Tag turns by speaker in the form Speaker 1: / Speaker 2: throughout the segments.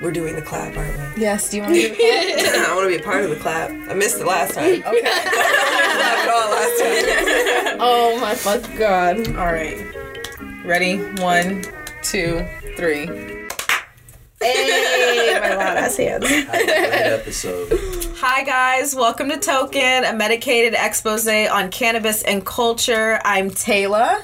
Speaker 1: We're doing the clap, aren't we?
Speaker 2: Yes, do you want to do the
Speaker 1: I want to be a part of the clap. I missed it last time.
Speaker 2: clap? Okay.
Speaker 1: Clapped all last time.
Speaker 2: oh my fuck god.
Speaker 3: All right. Ready? One, two, three.
Speaker 1: hey, my loud ass hands.
Speaker 4: episode.
Speaker 3: Hi, guys. Welcome to Token, a medicated expose on cannabis and culture. I'm Taylor.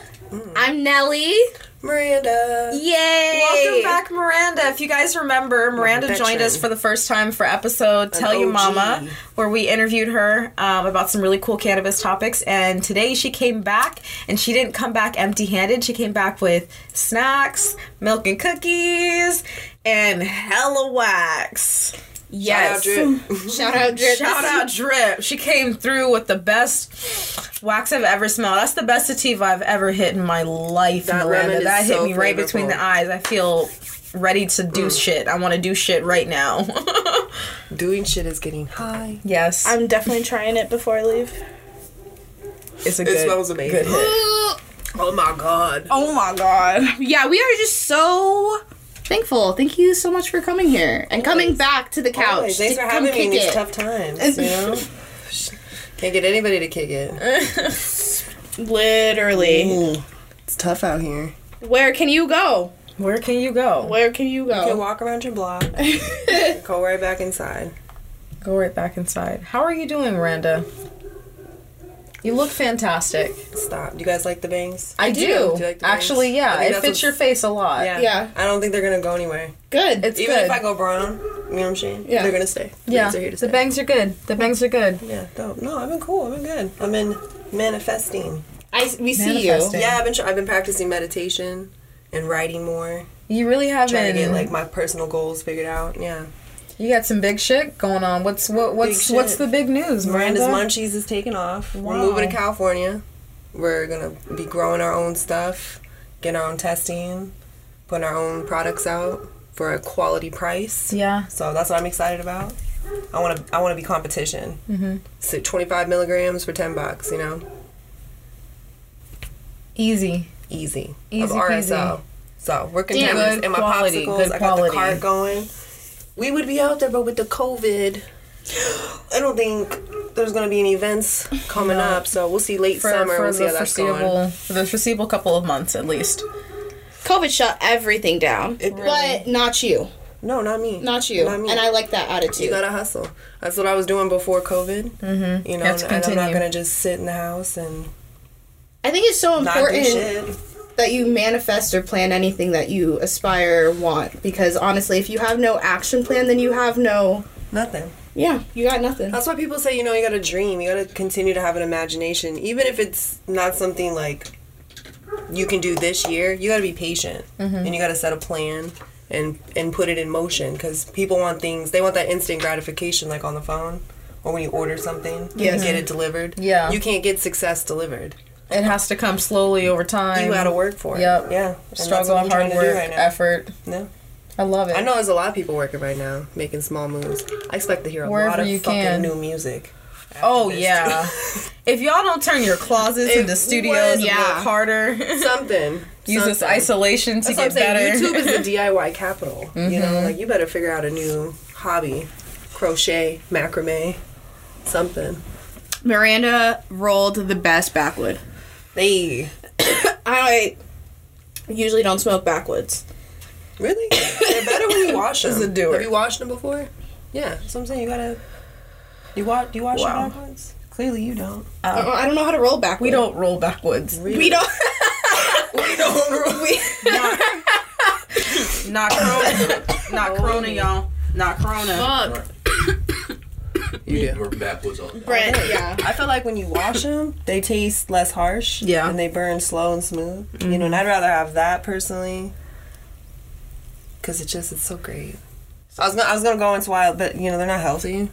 Speaker 2: I'm Nelly.
Speaker 1: Miranda.
Speaker 2: Yay!
Speaker 3: Welcome back, Miranda. If you guys remember, Miranda
Speaker 1: veteran.
Speaker 3: joined us for the first time for episode Tell Your
Speaker 1: OG.
Speaker 3: Mama, where we interviewed her um, about some really cool cannabis topics. And today she came back, and she didn't come back empty handed. She came back with snacks, milk and cookies, and hella wax.
Speaker 2: Yes.
Speaker 1: Shout out
Speaker 2: Shout out Drip.
Speaker 3: Shout out Drip. She came through with the best wax I've ever smelled. That's the best sativa I've ever hit in my life,
Speaker 1: That lemon
Speaker 3: Miranda.
Speaker 1: is
Speaker 3: That hit
Speaker 1: so
Speaker 3: me right between
Speaker 1: flavorful. Mm.
Speaker 3: the eyes. I feel ready to do shit. I want to do shit right now.
Speaker 1: Doing shit is getting high.
Speaker 3: yes.
Speaker 5: I'm definitely trying it before I leave.
Speaker 3: it's a
Speaker 1: It
Speaker 3: good
Speaker 1: smells amazing.
Speaker 3: good hit.
Speaker 1: Oh my god.
Speaker 5: Oh my god. Yeah, we are just so
Speaker 2: Thankful. Thank you so much for coming here and coming back to the couch.
Speaker 1: Always. Thanks
Speaker 2: to
Speaker 1: for
Speaker 2: come
Speaker 1: having me in
Speaker 2: kick
Speaker 1: these
Speaker 2: it.
Speaker 1: tough times. You know? Can't get anybody to kick it.
Speaker 5: literally.
Speaker 1: It's tough out here.
Speaker 5: Where can you go?
Speaker 3: Where can you go?
Speaker 5: Where can you
Speaker 1: You can
Speaker 5: go?
Speaker 1: walk around your block. go right back inside.
Speaker 3: Go right back inside. How are you doing, Miranda? You look fantastic.
Speaker 1: Stop. Do you guys like the bangs?
Speaker 3: I,
Speaker 2: do.
Speaker 3: do.
Speaker 2: Do
Speaker 1: you like the
Speaker 3: Actually,
Speaker 1: bangs? I
Speaker 3: yeah.
Speaker 1: think
Speaker 3: It
Speaker 1: that's
Speaker 3: fits
Speaker 1: what's-
Speaker 3: your face a lot.
Speaker 1: Yeah.
Speaker 2: Yeah.
Speaker 1: I don't think they're gonna go anywhere.
Speaker 2: Good.
Speaker 3: It's
Speaker 1: Even
Speaker 3: good.
Speaker 1: if I go brown, you know what I'm saying?
Speaker 2: Yeah.
Speaker 1: They're gonna stay. The
Speaker 3: yeah.
Speaker 1: bangs are here to
Speaker 3: The
Speaker 1: stay.
Speaker 3: bangs are good. The bangs are good.
Speaker 1: Yeah, dope. No, I've been cool. I've been good. I've been manifesting.
Speaker 2: I, we see you.
Speaker 3: Manifesting.
Speaker 1: Yeah, I've been tr- I've been practicing meditation and writing more,
Speaker 3: You really have
Speaker 1: trying to
Speaker 3: been
Speaker 1: get like my personal goals figured out. Yeah,
Speaker 3: You got some big shit going on. What's what what's
Speaker 1: shit.
Speaker 3: what's the big news, Miranda?
Speaker 1: Miranda's Munchies is taking off. We're
Speaker 3: Wow.
Speaker 1: moving to California. We're gonna be growing our own stuff, getting our own testing, putting our own products out for a quality price.
Speaker 3: Yeah.
Speaker 1: So that's what I'm excited about. I want to I want to be competition. Mm-hmm. So 25 milligrams for 10 bucks, you know,
Speaker 3: Easy.
Speaker 1: easy. of
Speaker 3: Easy
Speaker 1: RSO. So we're continuous.
Speaker 3: Good
Speaker 1: And my
Speaker 3: quality,
Speaker 1: popsicles,
Speaker 3: good
Speaker 1: I got the
Speaker 3: quality.
Speaker 1: cart going. We would be out there, but with the COVID, I don't think there's gonna be any events coming up. So we'll see late
Speaker 3: For,
Speaker 1: summer.
Speaker 3: for
Speaker 1: we'll see
Speaker 3: the
Speaker 1: how that's going.
Speaker 3: foreseeable for the foreseeable couple of months at least.
Speaker 2: COVID shut everything down.
Speaker 1: It-
Speaker 2: But not you.
Speaker 1: No, not me.
Speaker 2: Not you.
Speaker 1: Not me.
Speaker 2: And I like that attitude.
Speaker 1: You gotta hustle. That's what I was doing before COVID. Mm-hmm. You know,
Speaker 3: Have to
Speaker 1: and I'm not
Speaker 3: continue.
Speaker 1: gonna just sit in the house and
Speaker 2: I think it's so
Speaker 1: not do
Speaker 2: important
Speaker 1: shit.
Speaker 2: that you manifest or plan anything that you aspire or want because honestly, if you have no action plan, then you have no.
Speaker 1: Nothing.
Speaker 2: Yeah, you got nothing.
Speaker 1: That's why people say, you know, you gotta dream. You gotta continue to have an imagination. Even if it's not something like you can do this year, you gotta be patient.
Speaker 3: Mm-hmm.
Speaker 1: And you gotta set a plan and and put it in motion. Because people want things, they want that instant gratification, like on the phone or when you order something,
Speaker 2: Yes.
Speaker 1: you get it delivered.
Speaker 3: Yeah.
Speaker 1: You can't get success delivered.
Speaker 3: It has to come slowly over time.
Speaker 1: You gotta work for it.
Speaker 3: Yep.
Speaker 1: Yeah. And that's
Speaker 3: Struggle,
Speaker 1: what I'm trying
Speaker 3: hard
Speaker 1: to do
Speaker 3: work,
Speaker 1: right now.
Speaker 3: effort.
Speaker 1: No.
Speaker 3: I love it.
Speaker 1: I know there's a lot of people working right now, making small moves. I expect to hear a
Speaker 3: Wherever
Speaker 1: lot of
Speaker 3: you
Speaker 1: fucking
Speaker 3: can.
Speaker 1: new music.
Speaker 3: Oh
Speaker 1: this.
Speaker 3: yeah. if y'all don't turn your closets into studios and
Speaker 1: was-
Speaker 3: work
Speaker 2: yeah.
Speaker 3: harder,
Speaker 1: Something.
Speaker 3: use this
Speaker 1: Something.
Speaker 3: isolation to
Speaker 1: That's what I'm
Speaker 3: get better. Mm-hmm.
Speaker 1: saying. YouTube is the DIY capital. You know, like you better figure out a new hobby, crochet, macrame, something.
Speaker 2: Miranda rolled the best backwood.
Speaker 1: Hey,
Speaker 5: I usually don't smoke backwoods.
Speaker 1: really? They're better when you wash them.
Speaker 3: a doer.
Speaker 1: Have you washed them before? Yeah, that's what I'm saying. You gotta. You wash? Do you wash
Speaker 3: Wow.
Speaker 1: your backwards? Clearly, you don't.
Speaker 2: I don't- I don't know how to roll backwood.
Speaker 3: we don't roll backwards.
Speaker 2: We don't.
Speaker 1: We don't. We,
Speaker 3: Not corona. not corona, y'all. Not corona.
Speaker 2: Fuck.
Speaker 1: you do.
Speaker 4: We're backwards on.
Speaker 2: Brent, yeah.
Speaker 1: I feel like when you wash them, they taste less harsh.
Speaker 3: Yeah.
Speaker 1: And they burn slow and smooth. You know, and I'd rather have that personally. Cause it just it's so great. I was gonna I was gonna go into wild, but you know they're not healthy.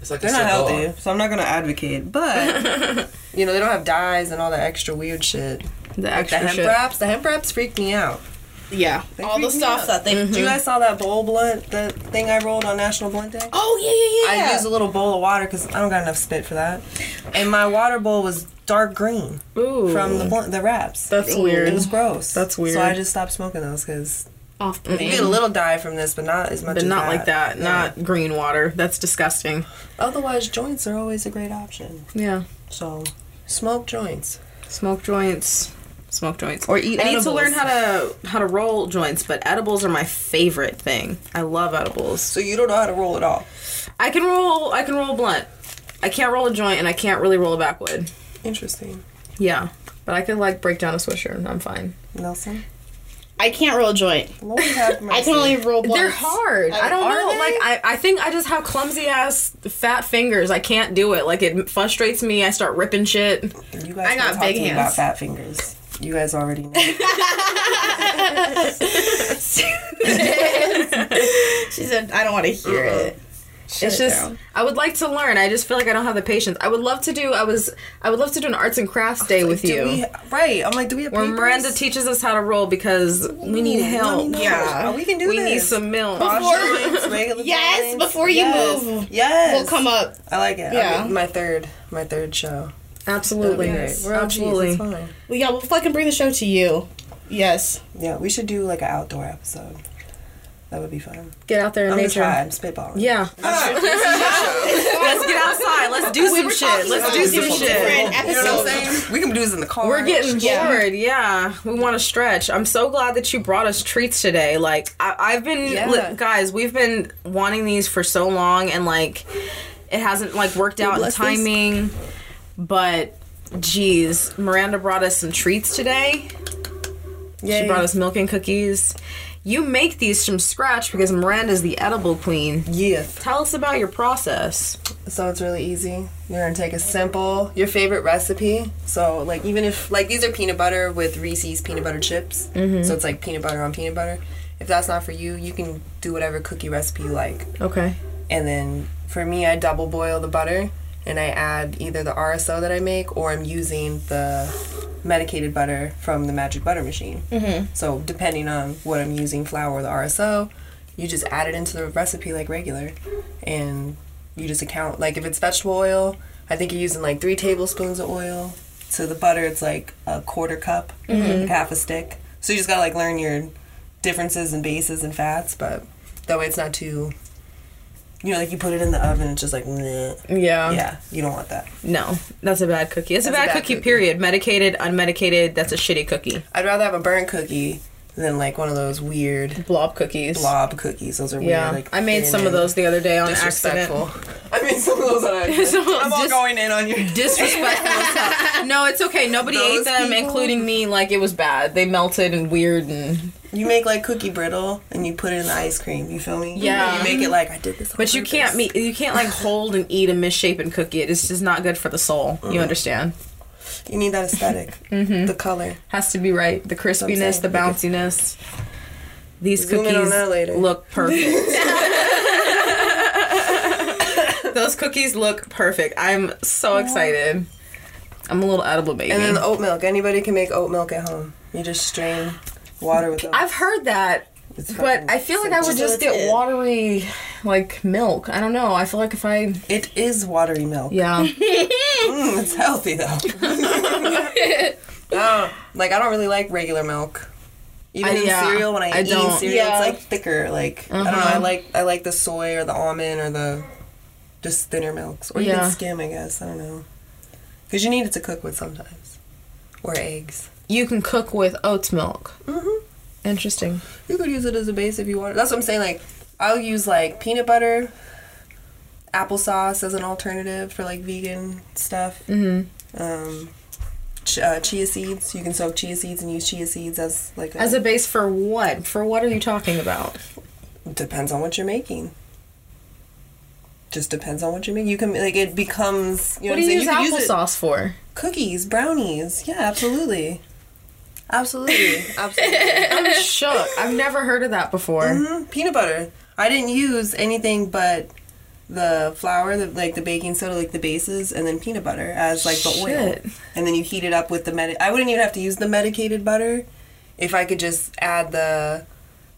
Speaker 4: It's like
Speaker 1: They're
Speaker 4: a
Speaker 1: not
Speaker 4: cigar.
Speaker 1: healthy, so I'm not gonna advocate. But you know they don't have dyes and all that extra weird shit.
Speaker 2: The
Speaker 1: Like the hemp wraps, the hemp wraps freaked me out.
Speaker 2: Yeah.
Speaker 1: They
Speaker 5: All the
Speaker 1: freaked me
Speaker 5: stuff
Speaker 1: out.
Speaker 5: that they
Speaker 1: You guys saw that bowl blunt, the thing I rolled on National Blunt Day.
Speaker 5: Oh yeah, yeah, yeah.
Speaker 1: I used a little bowl of water because I don't got enough spit for that. And my water bowl was dark green from the blunt, the wraps.
Speaker 3: That's
Speaker 1: It
Speaker 3: weird.
Speaker 1: was gross.
Speaker 3: That's weird.
Speaker 1: So I just stopped smoking those because
Speaker 5: off
Speaker 1: You
Speaker 2: Mm-hmm.
Speaker 1: get a little dye from this, but not as much.
Speaker 3: But
Speaker 1: as
Speaker 3: not like that.
Speaker 1: Yeah.
Speaker 3: Not green water. That's disgusting.
Speaker 1: Otherwise, joints are always a great option.
Speaker 3: Yeah.
Speaker 1: So, smoke joints.
Speaker 3: Smoke joints. Smoke joints. Or eat. I need to
Speaker 1: edibles.
Speaker 3: learn how to how to roll joints, but edibles are my favorite thing. I love edibles.
Speaker 1: So you don't know how to roll at all.
Speaker 3: I can roll. I can roll a blunt. I can't roll a joint, and I can't really roll a backwood.
Speaker 1: Interesting,
Speaker 3: Yeah. But I could like break down a swisher, and I'm fine.
Speaker 1: Nelson.
Speaker 2: I can't roll a joint.
Speaker 1: Lord have mercy.
Speaker 2: I can only roll blunts.
Speaker 3: They're hard. I don't
Speaker 2: are
Speaker 3: know.
Speaker 2: they?
Speaker 3: Like I, I think I just have clumsy ass fat fingers. I can't do it. Like it frustrates me. I start ripping shit.
Speaker 1: You guys
Speaker 2: I got
Speaker 1: can talk
Speaker 2: big
Speaker 1: to me
Speaker 2: hands.
Speaker 1: about fat fingers. You guys already know.
Speaker 2: She said, "I don't want to hear it." Shut
Speaker 3: it's
Speaker 2: it
Speaker 3: just
Speaker 2: down.
Speaker 3: I would like to learn. I just feel like I don't have the patience. I would love to do. I was I would love to do an arts and crafts day with
Speaker 1: Do
Speaker 3: you.
Speaker 1: we, right. I'm like, do we have
Speaker 3: where
Speaker 1: papers?
Speaker 3: Miranda teaches us how to roll because we need help.
Speaker 1: No,
Speaker 2: Yeah.
Speaker 1: we can do
Speaker 3: we
Speaker 1: this.
Speaker 3: need some milk.
Speaker 2: Yes, before you
Speaker 1: yes.
Speaker 2: move,
Speaker 1: Yes.
Speaker 2: We'll come up.
Speaker 1: I like it.
Speaker 2: Yeah.
Speaker 1: Yeah. my third, my third show.
Speaker 3: Absolutely,
Speaker 1: Yes. We're
Speaker 3: absolutely.
Speaker 1: absolutely fine.
Speaker 2: Well, yeah, we'll fucking bring the show to you. Yes.
Speaker 1: Yeah, we should do like an outdoor episode. That would be fun.
Speaker 3: Get out there in
Speaker 1: I'm just
Speaker 3: nature.
Speaker 1: high. I'm spitballing.
Speaker 3: Yeah, let's get outside. Let's do some shit. Let's do some shit.
Speaker 2: Different
Speaker 1: You know what I'm
Speaker 2: episodes.
Speaker 1: saying? We can do this in the car.
Speaker 3: We're getting
Speaker 2: Yeah.
Speaker 3: bored. Yeah, we want to stretch. I'm so glad that you brought us treats today. Like I, I've been,
Speaker 1: Yeah.
Speaker 3: li- guys, we've been wanting these for so long, and like it hasn't like worked out in
Speaker 1: bless us.
Speaker 3: timing. But geez, Miranda brought us some treats today. She
Speaker 1: Yay.
Speaker 3: brought us milk and cookies. You make these from scratch because Miranda's the edible queen.
Speaker 1: Yeah.
Speaker 3: Tell us about your process.
Speaker 1: So it's really easy. You're gonna take a simple, your favorite recipe. So like even if like these are peanut butter with Reese's peanut butter chips. So it's like peanut butter on peanut butter. If that's not for you, you can do whatever cookie recipe you like.
Speaker 3: Okay.
Speaker 1: And then for me, I double boil the butter and I add either the RSO that I make or I'm using the medicated butter from the magic butter machine. Mm-hmm. So depending on what I'm using, flour or the RSO, you just add it into the recipe like regular. And you just account, like if it's vegetable oil, I think you're using like three tablespoons of oil. To the butter, it's like a quarter cup, like half a stick. So you just gotta like learn your differences in bases and fats, but that way it's not too you know, like you put it in the oven, it's just like, meh.
Speaker 3: Yeah.
Speaker 1: yeah, you don't want that.
Speaker 3: No, that's a bad cookie. It's a
Speaker 1: That's a
Speaker 3: bad,
Speaker 1: bad
Speaker 3: cookie,
Speaker 1: cookie.
Speaker 3: period. Medicated, unmedicated, that's a shitty cookie.
Speaker 1: I'd rather have a burnt cookie than like one of those weird
Speaker 3: Blob cookies.
Speaker 1: blob cookies. Those are
Speaker 3: Yeah.
Speaker 1: weird. Like,
Speaker 3: I made
Speaker 1: thin
Speaker 3: some of
Speaker 1: and
Speaker 3: those the other day on accident.
Speaker 1: disrespectful. I made some of those on accident.
Speaker 3: So
Speaker 1: I'm all
Speaker 3: dis-
Speaker 1: going in on your.
Speaker 3: Disrespectful as hell. No, it's okay. Nobody ate
Speaker 1: Those
Speaker 3: them,
Speaker 1: people-
Speaker 3: including me. Like, it was bad. They melted and weird and.
Speaker 1: You make like cookie brittle and you put it in the ice cream. You feel me?
Speaker 3: Yeah.
Speaker 1: You make it like I did this. On
Speaker 3: But you
Speaker 1: purpose.
Speaker 3: can't meet, you can't like hold and eat a misshapen cookie. It is just not good for the soul.
Speaker 1: Uh-huh.
Speaker 3: You understand?
Speaker 1: You need that aesthetic,
Speaker 3: Mm-hmm.
Speaker 1: the color.
Speaker 3: Has to be right. The crispiness,
Speaker 1: saying.
Speaker 3: the bounciness. These
Speaker 1: Zoom in on
Speaker 3: cookies
Speaker 1: that later.
Speaker 3: look perfect. Those cookies look perfect. I'm so excited. I'm a little edible baby.
Speaker 1: And then the oat milk. Anybody can make oat milk at home. You just strain water with. oat.
Speaker 3: I've heard that,
Speaker 1: It's
Speaker 3: but
Speaker 1: fucking
Speaker 3: I feel like I would
Speaker 1: simple.
Speaker 3: just get watery, like milk. I don't know. I feel like if I,
Speaker 1: It is watery milk.
Speaker 3: yeah,
Speaker 1: Mm, it's healthy though. Oh, like I don't really like regular milk. Even
Speaker 3: I-
Speaker 1: in
Speaker 3: yeah,
Speaker 1: cereal, when I,
Speaker 3: I
Speaker 1: eat
Speaker 3: don't. Uh-huh.
Speaker 1: cereal,
Speaker 2: Yeah.
Speaker 1: it's like thicker. Like I don't know. I like I like the soy or the almond or the just thinner milks or
Speaker 3: Yeah.
Speaker 1: even skim. I guess I don't know. Because you need it to cook with sometimes, or eggs.
Speaker 3: you can cook with oats milk. Interesting.
Speaker 1: You could use it as a base if you want. That's what I'm saying. Like I'll use like peanut butter, applesauce as an alternative for like vegan stuff.
Speaker 3: hmm
Speaker 1: um, ch- uh, chia seeds. You can soak chia seeds and use chia seeds as like
Speaker 3: As a base for what? For what are you talking about?
Speaker 1: depends on what you're making. Just depends on what you make. You can like it becomes. You know
Speaker 3: What
Speaker 1: what,
Speaker 3: do you
Speaker 1: I'm
Speaker 3: use
Speaker 1: saying? You could
Speaker 3: applesauce for?
Speaker 1: it- Cookies, brownies. Yeah, absolutely. Absolutely, absolutely.
Speaker 3: I'm shook. I've never heard of that before.
Speaker 1: hmm Peanut butter. I didn't use anything but the flour, the, like the baking soda, like the bases, and then peanut butter as like the
Speaker 3: Shit.
Speaker 1: oil. And then you heat it up with the med. I wouldn't even have to use the medicated butter if I could just add the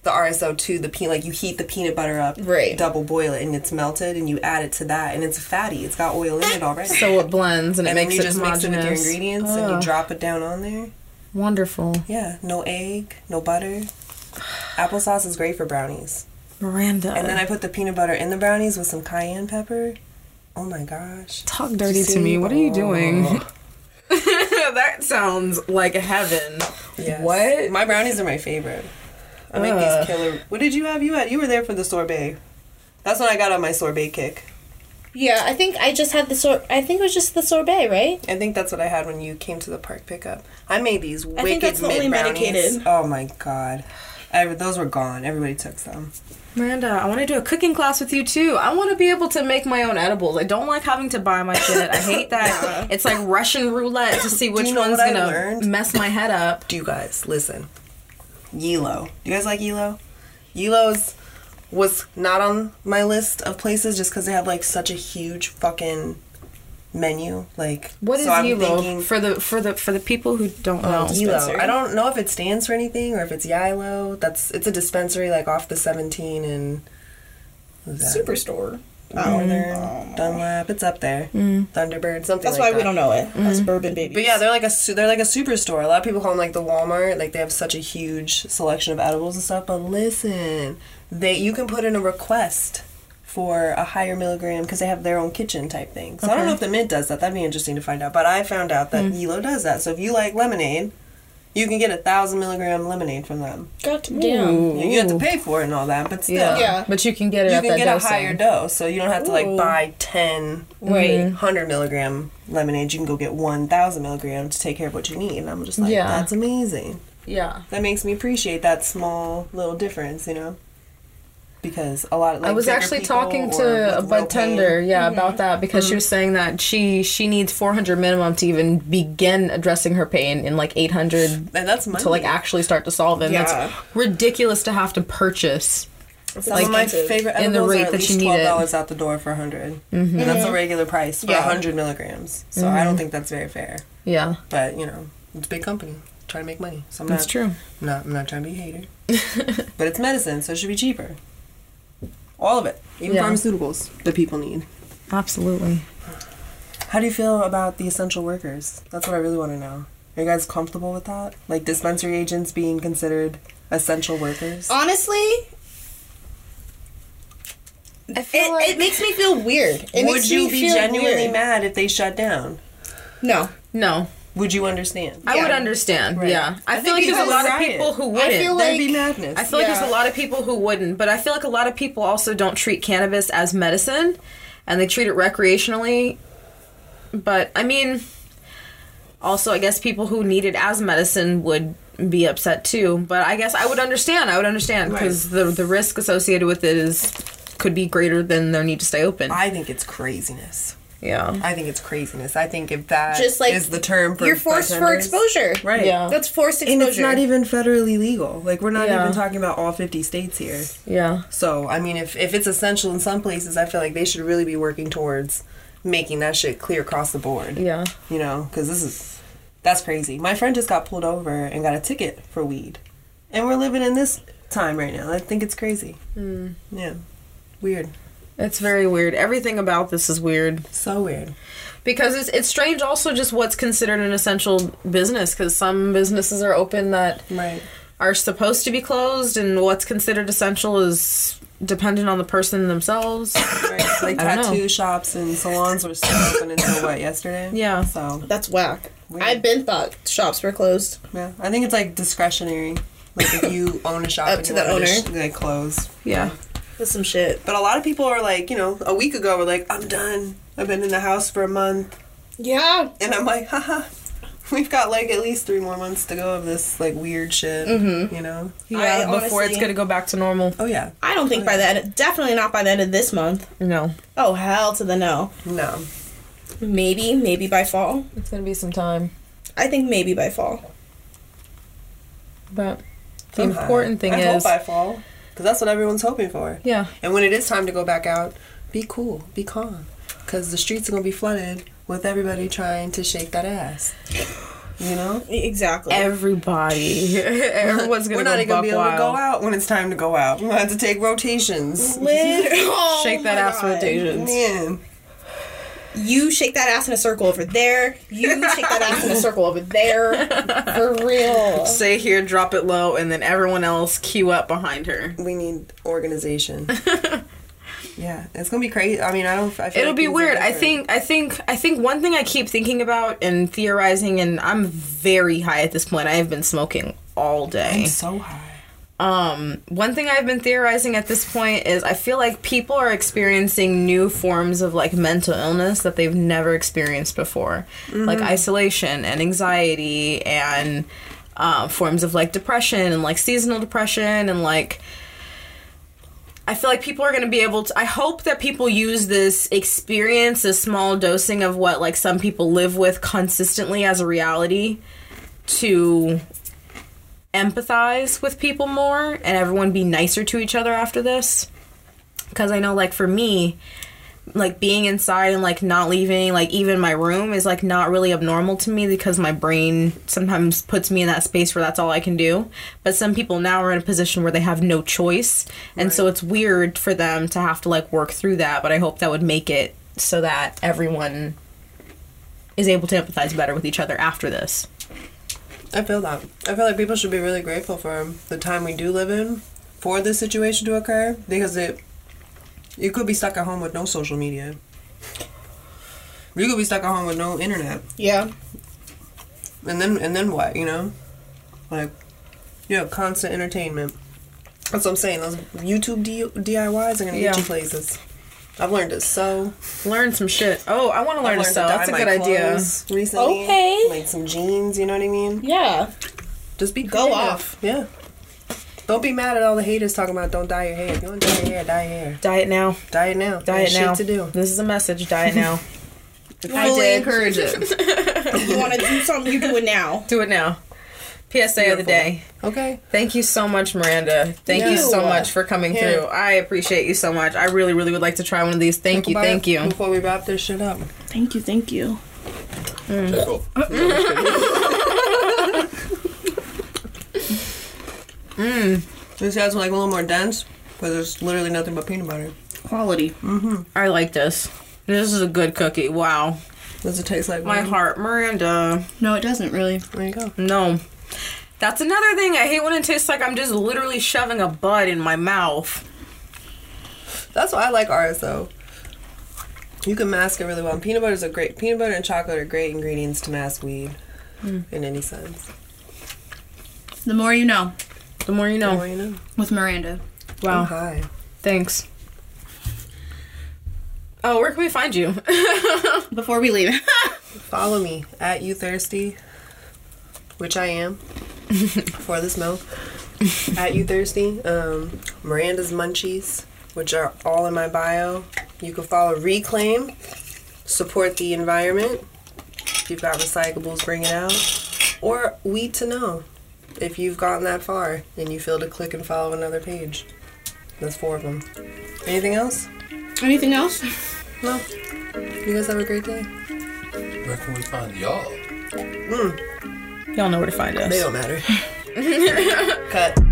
Speaker 1: the RSO to the peanut. Like you heat the peanut butter up,
Speaker 2: Right.
Speaker 1: Double boil it, and it's melted, and you add it to that, and it's fatty. It's got oil in it already.
Speaker 3: So it blends and it
Speaker 1: and then
Speaker 3: makes
Speaker 1: you
Speaker 3: it
Speaker 1: just mix
Speaker 3: homogenous.
Speaker 1: it with your ingredients, and
Speaker 3: Ugh,
Speaker 1: you drop it down on there.
Speaker 3: Wonderful.
Speaker 1: Yeah, no egg, no butter. Applesauce is great for brownies.
Speaker 3: Miranda.
Speaker 1: And then I put the peanut butter in the brownies with some cayenne pepper. Oh my gosh.
Speaker 3: Talk dirty to me. Oh. What are you doing? that sounds like heaven.
Speaker 1: Yes.
Speaker 3: What?
Speaker 1: My brownies are my favorite. I make
Speaker 3: Ugh.
Speaker 1: these killer. What did you have? You had you were there for the sorbet. That's when I got on my sorbet kick.
Speaker 2: Yeah, I think I just had the sor. I think it was just the sorbet, right?
Speaker 1: I think that's what I had when you came to the park pickup. I made these wicked
Speaker 5: think that's the
Speaker 1: mint
Speaker 5: only
Speaker 1: brownies.
Speaker 5: medicated.
Speaker 1: Oh my god. I, those were gone. Everybody took some.
Speaker 3: Miranda, I want to do a cooking class with you too. I want to be able to make my own edibles. I don't like having to buy my shit. I hate that. It's like Russian roulette to see which
Speaker 1: you know
Speaker 3: one's
Speaker 1: what I
Speaker 3: gonna
Speaker 1: learned?
Speaker 3: mess my head up.
Speaker 1: Do you guys listen? Yilo. Do you guys like Yilo? Yilo's was not on my list of places just because they have like such a huge fucking menu. Like
Speaker 3: What is
Speaker 1: so I'm
Speaker 3: you
Speaker 1: thinking-
Speaker 3: for the for the for the people who don't know?
Speaker 1: Yilo. I don't know if it stands for anything or if it's Yilo. That's it's a dispensary like off the 17 and who's that?
Speaker 5: Superstore.
Speaker 1: Mm-hmm.
Speaker 2: Oh,
Speaker 1: Northern Dunlap. It's up there.
Speaker 3: Mm.
Speaker 1: Thunderbird. Something.
Speaker 5: That's
Speaker 1: like
Speaker 5: why we
Speaker 1: that. Mm-hmm.
Speaker 5: don't know it. That's bourbon baby.
Speaker 1: But yeah, they're like a su- they're like a superstore. A lot of people call them like the Walmart. Like they have such a huge selection of edibles and stuff. But listen, they you can put in a request for a higher milligram because they have their own kitchen type thing. So I don't know if the mint does that. That'd be interesting to find out. But I found out that Yilo does that. So if you like lemonade, you can get a thousand milligram lemonade from them.
Speaker 2: God damn.
Speaker 1: You have to pay for it and all that, but still.
Speaker 3: Yeah.
Speaker 2: Yeah.
Speaker 3: but you can get it.
Speaker 1: You
Speaker 3: at
Speaker 1: can
Speaker 3: that
Speaker 1: get a
Speaker 3: dosing.
Speaker 1: higher dose, so you don't have to like
Speaker 5: Ooh.
Speaker 1: buy 10
Speaker 5: Right.
Speaker 1: 100 milligram lemonade, you can go get 1,000 milligram to take care of what you need. And I'm just like,
Speaker 3: Yeah.
Speaker 1: that's amazing.
Speaker 3: Yeah,
Speaker 1: That makes me appreciate that small little difference, you know? Because a lot of like,
Speaker 3: I was
Speaker 1: bigger
Speaker 3: actually
Speaker 1: people
Speaker 3: talking
Speaker 1: or
Speaker 3: to a
Speaker 1: with
Speaker 3: bud
Speaker 1: real Mm-hmm. pain-
Speaker 3: tender. Yeah, about that because she was saying that she she needs 400 minimum to even begin addressing her pain, and like 800
Speaker 1: And that's money.
Speaker 3: to like actually start to solve it. And
Speaker 5: Yeah.
Speaker 3: That's ridiculous to have to purchase.
Speaker 1: Some
Speaker 3: like,
Speaker 1: of my favorite
Speaker 3: in
Speaker 1: edibles
Speaker 3: the
Speaker 1: the
Speaker 3: rate
Speaker 1: are at
Speaker 3: that
Speaker 1: least
Speaker 3: you need it. Mm-hmm.
Speaker 1: $12 out the door for 100 And that's a regular price for a
Speaker 5: Yeah.
Speaker 1: 100 milligrams. So I don't think that's very fair.
Speaker 3: Yeah,
Speaker 1: But, you know, it's a big company. Trying to make money. So I'm
Speaker 3: that's
Speaker 1: not,
Speaker 3: true.
Speaker 1: I'm not, I'm not trying to be a hater. but it's medicine, so it should be cheaper. All of it, even
Speaker 3: Yeah.
Speaker 1: pharmaceuticals that people need.
Speaker 3: Absolutely.
Speaker 1: How do you feel about the essential workers? That's what I really want to know. Are you guys comfortable with that? Like dispensary agents being considered essential workers?
Speaker 2: Honestly,
Speaker 3: I
Speaker 2: it,
Speaker 3: feel like
Speaker 2: it makes me feel weird. It
Speaker 1: Would
Speaker 2: makes
Speaker 1: you
Speaker 2: me
Speaker 1: be
Speaker 2: feel
Speaker 1: genuinely
Speaker 2: weird.
Speaker 1: mad if they shut down?
Speaker 2: No,
Speaker 3: no.
Speaker 1: Would you understand?
Speaker 3: I
Speaker 2: Yeah.
Speaker 3: would understand.
Speaker 1: Right.
Speaker 3: Yeah, I,
Speaker 1: I
Speaker 3: feel like
Speaker 1: think because
Speaker 3: there's a lot of
Speaker 1: riot.
Speaker 3: people who wouldn't.
Speaker 2: feel like-
Speaker 1: That'd be madness.
Speaker 3: I feel like there's a lot of people who wouldn't, but I feel like a lot of people also don't treat cannabis as medicine and they treat it recreationally. But I mean, also, I guess people who need it as medicine would be upset too. But I guess I would understand. I would understand because the, the risk associated with it is could be greater than their need to stay open.
Speaker 1: I think it's craziness.
Speaker 3: yeah.
Speaker 1: I think it's craziness. I think if that
Speaker 2: just like
Speaker 1: is the term for
Speaker 2: you're forced for
Speaker 1: bartenders-
Speaker 2: exposure.
Speaker 1: Right.
Speaker 3: Yeah.
Speaker 2: That's forced
Speaker 1: And
Speaker 2: exposure.
Speaker 1: it's not even federally legal. Like we're not
Speaker 3: Yeah.
Speaker 1: even talking about all 50 states here.
Speaker 3: Yeah.
Speaker 1: So, I mean, if, if it's essential in some places, I feel like they should really be working towards making that shit clear across the board.
Speaker 3: Yeah.
Speaker 1: You know, because this is, that's crazy. My friend just got pulled over and got a ticket for weed. And we're living in this time right now. I think it's crazy.
Speaker 3: Hmm.
Speaker 1: Yeah. Weird.
Speaker 3: It's very weird. Everything about this is weird.
Speaker 1: So weird.
Speaker 3: because it's it's strange also just what's considered an essential business because some businesses are open that
Speaker 1: Right.
Speaker 3: are supposed to be closed and what's considered essential is dependent on the person themselves
Speaker 1: right. Like
Speaker 3: I don't know.
Speaker 1: tattoo shops and salons were still open until what, yesterday?
Speaker 3: Yeah.
Speaker 1: So,
Speaker 2: That's whack.
Speaker 1: weird.
Speaker 2: I've been thought shops were closed.
Speaker 1: Yeah, I think it's like discretionary. Like if you own a shop,
Speaker 2: Up
Speaker 1: and
Speaker 2: to
Speaker 1: you
Speaker 2: the
Speaker 1: want
Speaker 2: owner.
Speaker 1: sh- like close.
Speaker 3: yeah
Speaker 2: That's some shit.
Speaker 1: But a lot of people are like, you know, a week ago were like, I'm done. I've been in the house for a month,
Speaker 2: Yeah.
Speaker 1: and I'm like, haha. We've got like at least three more months to go of this like weird shit,
Speaker 3: Mm-hmm.
Speaker 1: you know.
Speaker 3: yeah
Speaker 5: I
Speaker 3: before it's
Speaker 5: honestly-
Speaker 3: gonna go back to normal
Speaker 1: Oh yeah,
Speaker 5: I don't think by the end, definitely not by the end of this month.
Speaker 3: no
Speaker 5: Oh, hell to the no.
Speaker 1: no,
Speaker 5: Maybe, maybe by fall.
Speaker 3: it's gonna be some time
Speaker 5: I think maybe by fall.
Speaker 3: but the
Speaker 1: I'm high.
Speaker 3: important thing
Speaker 1: I
Speaker 3: is
Speaker 1: hope I fall because that's what everyone's hoping for.
Speaker 3: yeah
Speaker 1: And when it is time to go back out, be cool, be calm, because the streets are gonna be flooded with everybody trying to shake that ass. You know.
Speaker 5: E- Exactly.
Speaker 3: everybody everyone's gonna
Speaker 1: We're not
Speaker 3: go
Speaker 1: even gonna be able to go
Speaker 3: out
Speaker 1: out when it's time to go out. We're gonna have to take rotations. Oh
Speaker 5: Literally.
Speaker 3: shake that ass rotations
Speaker 1: Man,
Speaker 2: you shake that ass in a circle over there. You shake that ass in a circle over there. For real.
Speaker 3: Say here, drop it low, and then everyone else queue up behind her.
Speaker 1: We need organization. yeah, it's gonna be crazy. I mean, I don't. I feel
Speaker 3: It'll
Speaker 1: like
Speaker 3: be
Speaker 1: things are
Speaker 3: weird. I
Speaker 1: different.
Speaker 3: think I think I think one thing I keep thinking about and theorizing and I'm very high at this point. I have been smoking all day.
Speaker 1: I'm so high.
Speaker 3: Um one thing I've been theorizing at this point is I feel like people are experiencing new forms of like mental illness that they've never experienced before. Like isolation and anxiety and uh, forms of like depression and like seasonal depression and like I feel like people are going to be able to. I hope that people use this experience, this small dosing of what like some people live with consistently as a reality, to empathize with people more and everyone be nicer to each other after this. Because I know, like for me, like being inside and like not leaving, like even my room is like not really abnormal to me because my brain sometimes puts me in that space where that's all I can do. But some people now are in a position where they have no choice. And so it's weird for them to have to like work through that. But I hope that would make it so that everyone is able to empathize better with each other after this.
Speaker 1: I feel that. I feel like people should be really grateful for the time we do live in for this situation to occur because it you could be stuck at home with no social media. You could be stuck at home with no internet.
Speaker 2: Yeah.
Speaker 1: and then and then what you know like you have constant entertainment that's what i'm saying those youtube D- diys are gonna
Speaker 3: Yeah.
Speaker 1: get you places i've learned to sew
Speaker 3: Learn some shit. Oh, I want to learn
Speaker 1: I've
Speaker 3: to sew. That's a good idea.
Speaker 1: idea recently
Speaker 2: Okay.
Speaker 1: like some jeans you know what i mean
Speaker 2: Yeah.
Speaker 1: just be
Speaker 2: Go
Speaker 1: creative.
Speaker 2: off.
Speaker 1: yeah don't be mad at all the haters talking about don't dye your hair if you want to dye your hair dye your hair
Speaker 3: Diet now.
Speaker 1: dye it now
Speaker 3: Diet
Speaker 1: There's
Speaker 3: now.
Speaker 1: shit to do
Speaker 3: This is a message. Diet now.
Speaker 2: I did.
Speaker 1: encourage it
Speaker 2: You want to do something, you do it now.
Speaker 3: Do it now. PSA of the day.
Speaker 1: okay
Speaker 3: Thank you so much, Miranda. Thank you
Speaker 1: Yeah.
Speaker 3: so much for coming
Speaker 1: Yeah.
Speaker 3: through. I appreciate you so much. I really, really would like to try one of these. Thank you,
Speaker 1: Bye.
Speaker 3: thank you.
Speaker 1: before we wrap this shit up
Speaker 2: Thank you, thank you.
Speaker 4: oh, Pickle.
Speaker 1: this has like a little more dense but there's literally nothing but peanut butter
Speaker 2: Quality.
Speaker 3: I like this. This is a good cookie. Wow.
Speaker 1: does it taste like
Speaker 3: My
Speaker 1: one?
Speaker 3: heart, Miranda.
Speaker 2: No, it doesn't really.
Speaker 1: there you go
Speaker 3: No. That's another thing. I hate when it tastes like I'm just literally shoving a bud in my mouth.
Speaker 1: That's why I like ours though. You can mask it really well. And peanut butter is a great peanut butter and chocolate are great ingredients to mask weed
Speaker 3: Hmm.
Speaker 1: in any sense.
Speaker 2: The more you know
Speaker 3: The more you
Speaker 1: The
Speaker 3: know.
Speaker 1: more you know.
Speaker 2: with Miranda.
Speaker 1: I'm
Speaker 3: Wow.
Speaker 1: high.
Speaker 3: Thanks. Oh, where can we find you?
Speaker 2: Before we leave.
Speaker 1: Follow me at you thirsty, which I am for this milk. at you thirsty, um, Miranda's munchies, which are all in my bio. You can follow Reclaim, support the environment. If you've got recyclables, bring it out. Or We to Know, if you've gotten that far and you feel to click and follow another page. That's four of them. Anything else?
Speaker 2: Anything else?
Speaker 1: No. You guys have a great day.
Speaker 4: Where can we find y'all?
Speaker 3: Y'all know where to find us.
Speaker 1: They don't matter. Cut.